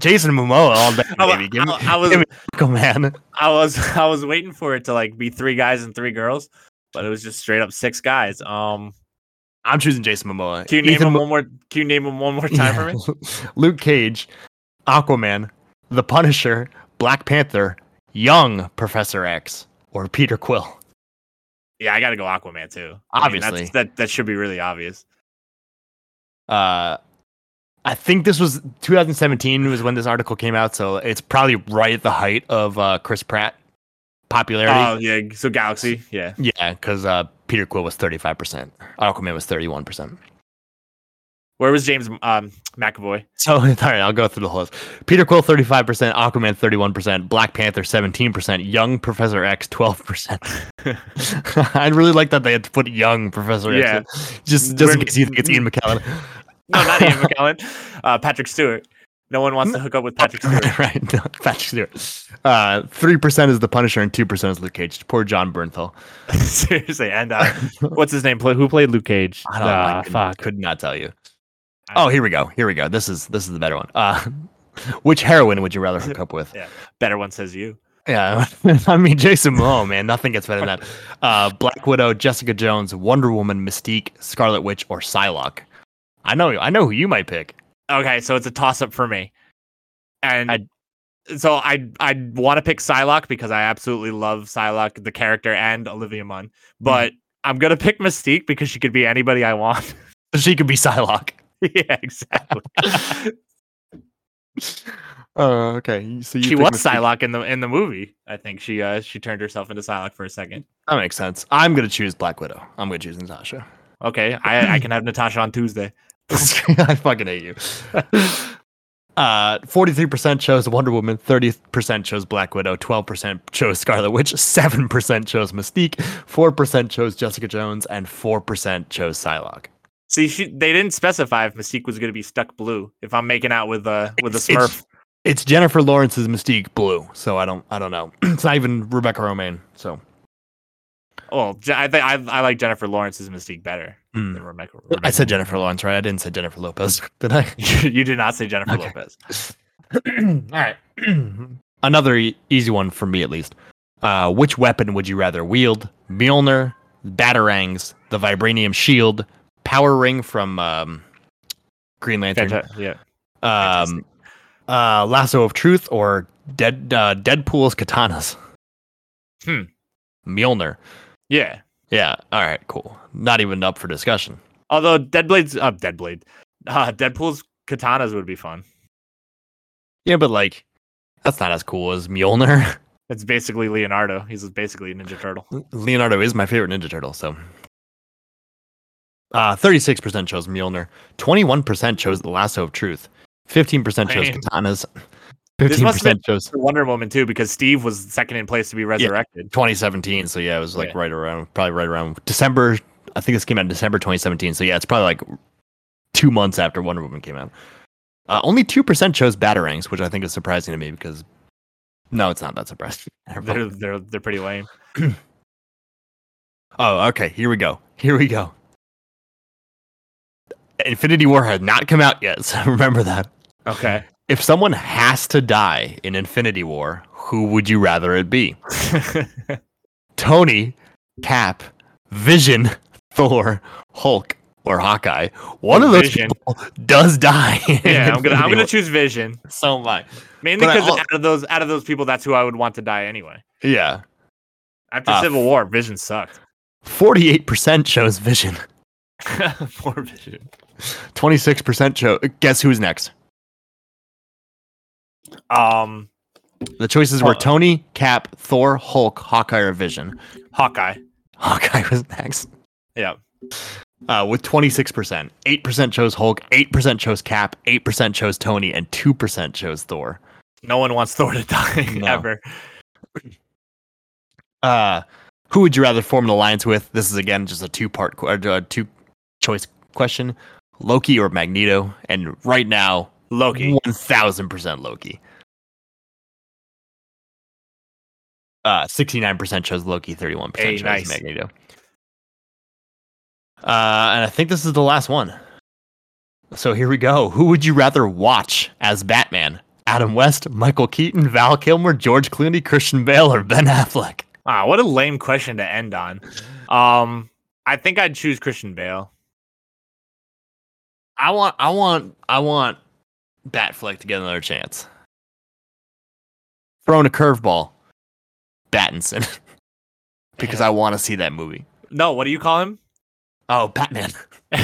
Jason Momoa all day,
I, wa-
baby. Give me,
I- I was
give me Aquaman.
I was I was waiting for it to like be three guys and three girls, but it was just straight up six guys. Um,
I'm choosing Jason Momoa.
can you name
Ethan
them
Mo-
one more? Can you name them one more time for me?
Luke Cage, Aquaman, The Punisher, Black Panther, young Professor X, or Peter Quill.
Yeah, I gotta go Aquaman too. I mean,
Obviously.
that's, that that should be really obvious.
Uh, I think this was 2017 was when this article came out, so it's probably right at the height of uh, Chris Pratt popularity.
Oh yeah, so Galaxy, yeah.
yeah, because uh, Peter Quill was 35%, Aquaman was 31%.
Where was James um McAvoy?
So, all right, I'll go through the whole list. Peter Quill, 35%, Aquaman, 31%, Black Panther, 17%, Young Professor X, 12%. I really like that they had to put Young Professor X in, just, just in
We're-
case you think it's Ian McKellen.
No, not Ian McKellen. Uh, Patrick Stewart. No one
Mm.
wants to hook up with Patrick Stewart.
right, no, Patrick Stewart. Uh, 3% is The Punisher and 2% is Luke Cage. Poor John Bernthal.
Seriously, and uh, what's his name? Play, who played Luke Cage?
I don't know.
uh,
I could,
fuck.
Ah, could not tell you.
I-
Oh, here we go. Here we go. This is this is the better one. Uh, which heroine would you rather hook up with?
Better one says you.
Yeah, I mean Jason Momoa, man, nothing gets better than that. Uh, Black Widow, Jessica Jones, Wonder Woman, Mystique, Scarlet Witch, or Psylocke. I know, I know who you might pick.
Okay, so it's a toss up for me. And
I-
so I I want to pick Psylocke because I absolutely love Psylocke the character and Olivia Munn,
Mm-hmm.
but I'm going to pick Mystique because she could be anybody I want.
She could be Psylocke.
yeah, exactly.
Oh, okay. So
she was Psylocke in the in the movie. I think she uh she turned herself into Psylocke for a second.
That makes sense. I'm gonna choose Black Widow. I'm gonna choose Natasha.
Okay, I I can have Natasha on Tuesday.
I fucking hate you. Uh, 43% chose Wonder Woman, 30% chose Black Widow, 12% chose Scarlet Witch, 7% chose Mystique, 4% chose Jessica Jones, and 4% chose Psylocke.
See, she they didn't specify if Mystique was going to be stuck blue. If I'm making out with uh with a
It's- it's-
Smurf,
It's Jennifer Lawrence's Mystique blue, so I don't I don't know. it's not even Rebecca Romaine, so
well, Je- Oh, I think I I like Jennifer Lawrence's Mystique better.
mm.
than Rebecca-
I
Rebecca
said
Romaine.
Jennifer Lawrence, right? I didn't say Jennifer Lopez, did I?
you did not say Jennifer
Okay.
Lopez.
All right. Another e- easy one for me, at least. Uh, which weapon would you rather wield? Mjolnir, Batarangs, the Vibranium Shield, Power Ring from um, Green Lantern.
Fanta- yeah.
Um, uh, Lasso of Truth or Dead uh, Deadpool's katanas.
Hmm.
Mjolnir.
Yeah.
Yeah. All right. Cool. Not even up for discussion.
Although Deadblade's uh Deadblade. Uh Deadpool's katanas would be fun.
Yeah, but like, that's not as cool as Mjolnir.
It's basically Leonardo. He's basically a Ninja Turtle.
Leonardo is my favorite Ninja Turtle, so. Uh, 36% chose Mjolnir. 21% chose the Lasso of Truth. 15% chose
Lame.
katanas.
This must have
15% chose
The Wonder Woman too, because Steve was second in place to be resurrected.
2017. So yeah, it was like
Yeah.
right around, probably right around December. I think this came out in December 2017. So yeah, it's probably like two months after Wonder Woman came out. Uh, only two percent chose batarangs, which I think is surprising to me because no, it's not that surprising. Never mind.
They're they're they're pretty lame.
Oh, okay. Here we go. Here we go. Infinity War had not come out yet, so remember that.
Okay.
If someone has to die in Infinity War, who would you rather it be? Tony, Cap, Vision, Thor, Hulk, or Hawkeye. One of those
Vision.
people does die. in
yeah, I'm gonna I'm
Infinity
gonna
War.
choose Vision.
so much.
Mainly
But I
because
al-
out of those out of those people, that's who I would want to die anyway.
Yeah,
After
Uh,
Civil War, Vision sucked.
forty-eight percent chose Vision.
Poor Vision.
Twenty-six percent chose. Guess who's next?
Um,
The choices were
Uh,
Tony, Cap, Thor, Hulk, Hawkeye, or Vision.
Hawkeye.
Hawkeye was next.
Yeah.
Uh, with 26%. 8% chose Hulk, 8% chose Cap, 8% chose Tony, and 2% chose Thor.
No one wants Thor to die
No.
ever.
Uh, who would you rather form an alliance with? This is again just a two part, qu- uh, two choice question Loki or Magneto? And right now,
Loki.
1000% Loki. Uh, 69% chose Loki, 31%
Hey,
chose
nice.
Magneto. Uh, and I think this is the last one. So here we go. Who would you rather watch as Batman? Adam West, Michael Keaton, Val Kilmer, George Clooney, Christian Bale, or Ben Affleck?
Ah, what a lame question to end on. Um, I think I'd choose Christian Bale.
I want, I want, I want Batfleck to get another chance. Throwing a curveball, Battinson, because I want to see that movie.
No, what do you call him?
Oh, Batman!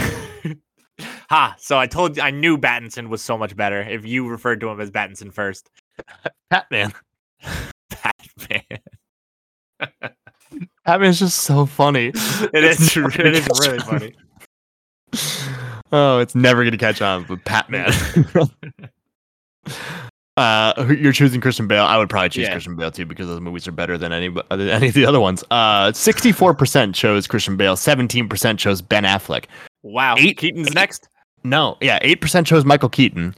ha! So I told I knew Battinson was so much better if you referred to him as Battinson first.
Batman!
Batman.
Batman's just so funny.
It
It's
is.
never gonna
It is
catch
really
on.
funny.
Oh, it's never gonna catch on, but Batman. uh, who- you're choosing Christian Bale. I would probably choose
Yeah.
Christian Bale too because those movies are better than any than any of the other ones. Uh, 64% chose Christian Bale. 17% chose Ben Affleck.
Wow.
Eight-
Keaton's
eight-
next.
No, yeah, eight percent chose Michael Keaton,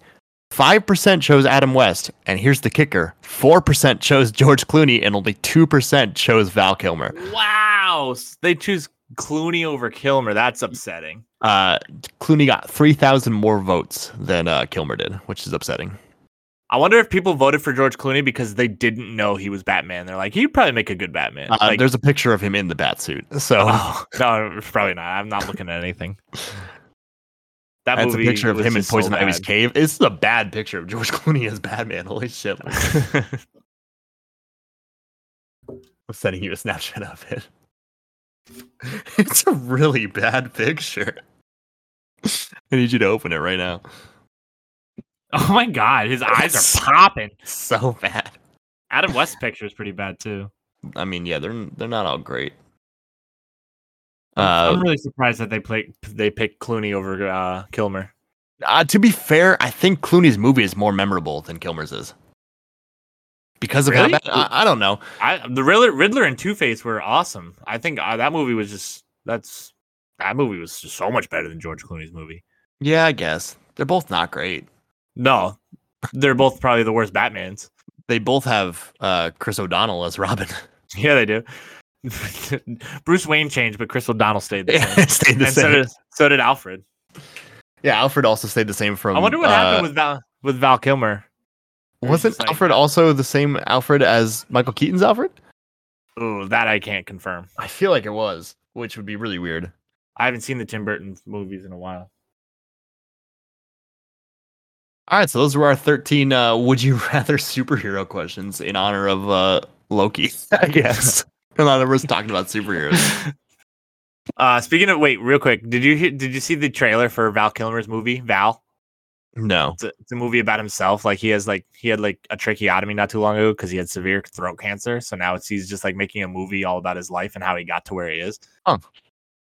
five percent chose Adam West, and here's the kicker: four percent chose George Clooney, and only two percent chose Val Kilmer.
Wow. s- They choose Clooney over Kilmer. That's upsetting.
Uh, Clooney got three thousand more votes than uh, Kilmer did, which is upsetting.
I wonder if people voted for George Clooney because they didn't know he was Batman. They're like, he'd probably make a good Batman.
Uh,
like,
there's a picture of him in the bat suit, so
Oh, no, probably not. I'm not looking at anything. That
that's a
movie
picture of
was
him in
just so
Poison Ivy's
bad.
cave. This is a bad picture of George Clooney as Batman. Holy shit! I'm sending you a snapshot of it. It's a really bad picture. I need you to open it right now.
oh my god, his eyes are popping.
So bad.
Adam West's picture is pretty bad too.
I mean, yeah, they're they're not all great.
I'm
Uh,
really surprised that they play they picked Clooney over uh, Kilmer.
uh, to be fair, I think Clooney's movie is more memorable than Kilmer's is. Because of
Really?
how bad, I, I don't know.
I the Riddler, Riddler and Two Face were awesome. I think uh, that movie was just that's that movie was just so much better than George Clooney's movie.
Yeah, I guess they're both not great.
No, they're both probably the worst Batmans.
They both have uh, Chris O'Donnell as Robin.
Yeah, they do. Bruce Wayne changed, but Chris O'Donnell stayed the same.
It stayed the
and so
same.
did, so did Alfred.
Yeah, Alfred also stayed the same from.
I wonder what
uh,
happened with Val with Val Kilmer. Or he's
Wasn't
just like-
Alfred also the same Alfred as Michael Keaton's Alfred?
Ooh, that I can't confirm.
I feel like it was, which would be really weird.
I haven't seen the Tim Burton movies in a while.
All right, so those were our 13 uh, would you rather superhero questions in honor of uh, Loki, I guess. in honor of us talking about superheroes.
Uh, speaking of wait, real quick, did you hear, did you see the trailer for Val Kilmer's movie Val?
No.
It's a, it's a movie about himself. Like he has like he had like a tracheotomy not too long ago because he had severe throat cancer. So now it's he's just like making a movie all about his life and how he got to where he is.
Oh.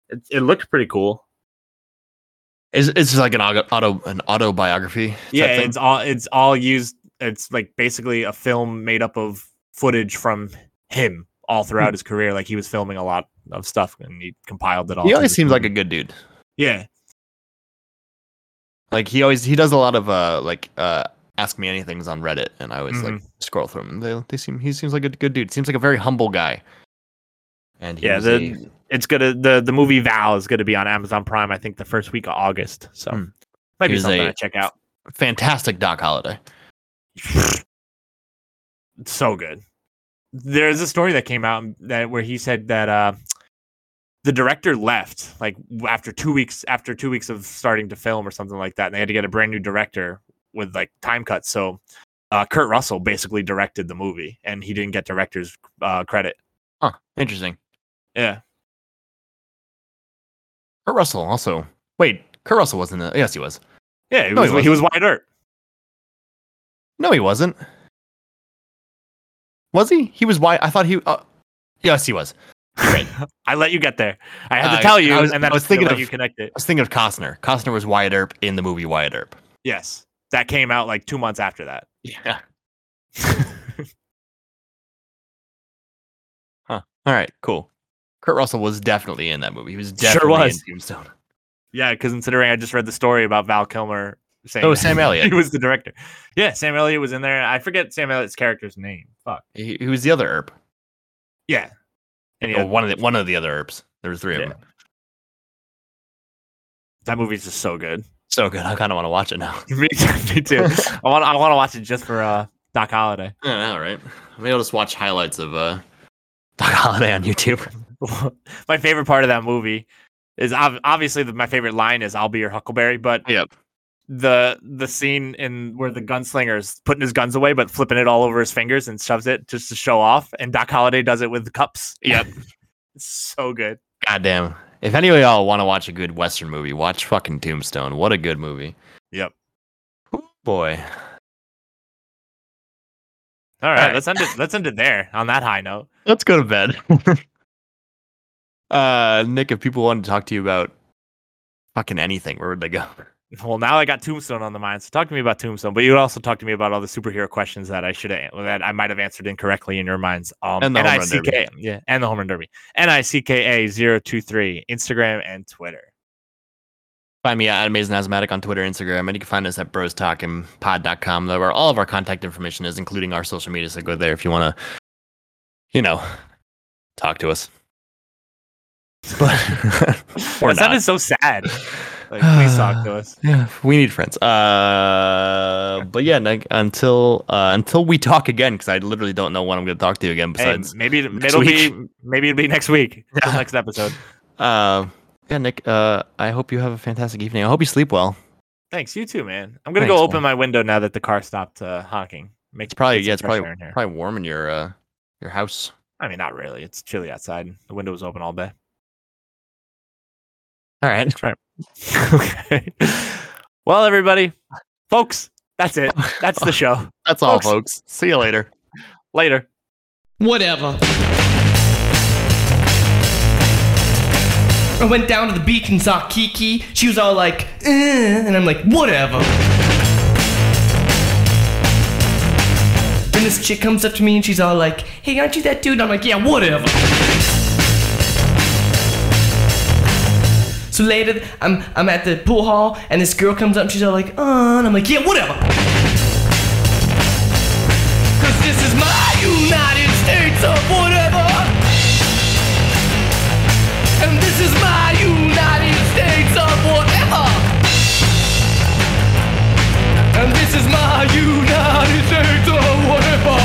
it, it looked pretty cool.
It's, it's just like an auto, auto an autobiography. type
yeah,
thing?
it's all it's all used. It's like basically a film made up of footage from him all
Hmm.
throughout his career. Like he was filming a lot of stuff and he compiled it all.
he
to
always
this
seems like a
movie.
good dude.
yeah.
Like he always he does a lot of uh like uh ask me anything's on Reddit and I always
Mm-hmm.
like scroll through him. They they seem he seems like a good dude. Seems like a very humble guy. And he
Yeah,
was
the-
a-
it's gonna the the movie Val is gonna be on Amazon Prime. I think the first week of August. So
Hmm.
might be
Here's
something
a-
to check out.
fantastic Doc Holiday.
It's so good. There's a story that came out that where he said that uh, the director left like w- after two weeks after two weeks of starting to film or something like that, and they had to get a brand new director with like time cuts. So uh, Kurt Russell basically directed the movie, and he didn't get director's uh, credit.
Huh. Interesting.
Yeah,
Kurt Russell also. Wait, Kurt Russell wasn't. A, yes, he was.
yeah, he
No, he
was, he was Wyatt Earp.
No, he wasn't. Was he? He was. Why? I thought he. Uh, yes, he was. Right.
I let you get there. I had
Uh,
to tell you,
I was-
and then
I was thinking
let
of-
you connect it.
I was thinking of Costner. Costner was Wyatt Earp in the movie Wyatt Earp.
Yes, that came out like two months after that.
Yeah. huh. All right. Cool. Kurt Russell was definitely in that movie. He was definitely
was.
in Tombstone.
Yeah, because considering I just read the story about Val Kilmer saying
Oh,
that
Sam
he
Elliott.
was the director. Yeah, Sam Elliott was in there. I forget Sam Elliott's character's name. Fuck.
He, he was the other Earp.
Yeah. And
Oh,
yeah,
one of the one of the other Earps. There was three of
Yeah.
them.
that movie's just so good.
So good. I kind of want to watch it now.
me, too, me too. I want. I want to watch it just for uh, Doc Holliday.
Yeah, all right. Maybe I'll just watch highlights of uh, Doc Holiday on YouTube.
my favorite part of that movie is ob- obviously the, my favorite line is "I'll be your Huckleberry," but
Yep.
the the scene in where the gunslinger's putting his guns away but flipping it all over his fingers and shoves it just to show off, and Doc Holliday does it with cups.
Yep.
it's so good.
Goddamn. If any of y'all want to watch a good Western movie, watch fucking Tombstone. What a good movie.
Yep.
Ooh, boy.
All right,
right.
let's end it. Let's end it there on that high note.
Let's go to bed. uh, Nick, if people wanted to talk to you about fucking anything, where would they go?
Well, now I got Tombstone on the mind, so talk to me about Tombstone. But you would also talk to me about all the superhero questions that I should have that I might have answered incorrectly in your minds. Um,
And the home run derby.
NICK yeah, and the home run derby, nicka 023 Instagram and Twitter.
Find me at Amazing Asthmatic on Twitter, Instagram, and you can find us at brostalkingpod.com, though, where all of our contact information is, including our social media. So go there if you want to, you know, talk to us. But Or
that sounded
not.
so sad. Like, please talk to us.
Yeah, we need friends. Uh, but yeah, like, until uh, until we talk again, because I literally don't know when I'm going to talk to you again.
Hey,
Besides,
maybe
next
it'll be maybe it'll be next week. till next episode.
uh, yeah, Nick. Uh, I hope you have a fantastic evening. I hope you sleep well.
Thanks, you too, man. I'm gonna
Thanks,
go open
man.
my window now that the car stopped uh, honking. Make
It's probably
get some
yeah, it's
fresh
probably
air in here.
probably warm in your uh your house.
I mean, not really. It's chilly outside. The window was open all day.
All right,
That's right. okay. Well, everybody, folks, that's it. That's the show.
that's all,
Folks.
folks. See you later.
Later.
Whatever. I went down to the beach and saw Kiki. She was all like, eh, and I'm like, whatever. Then this chick comes up to me and she's all like, hey, aren't you that dude? I'm like, yeah, whatever. So later, I'm, I'm at the pool hall and this girl comes up and she's all like, uh, and I'm like, yeah, whatever. Cause this is my United States of whatever. And this is my United States of whatever. And this is my United States of whatever.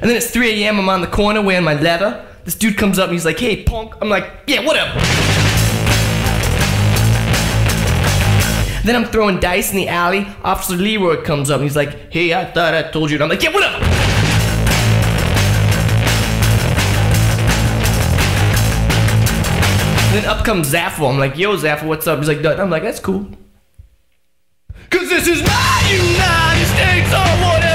And then it's 3 a.m. I'm on the corner wearing my leather. This dude comes up and he's like, hey, punk. I'm like, yeah, whatever. Then I'm throwing dice in the alley. Officer Leroy comes up and he's like, "Hey, I thought I told you." And I'm like, "Yeah, what up?" Then up comes Zaffo. I'm like, "Yo, Zaffo, what's up?" He's like, "Done." I'm like, "That's cool." Cause this is my United States or whatever.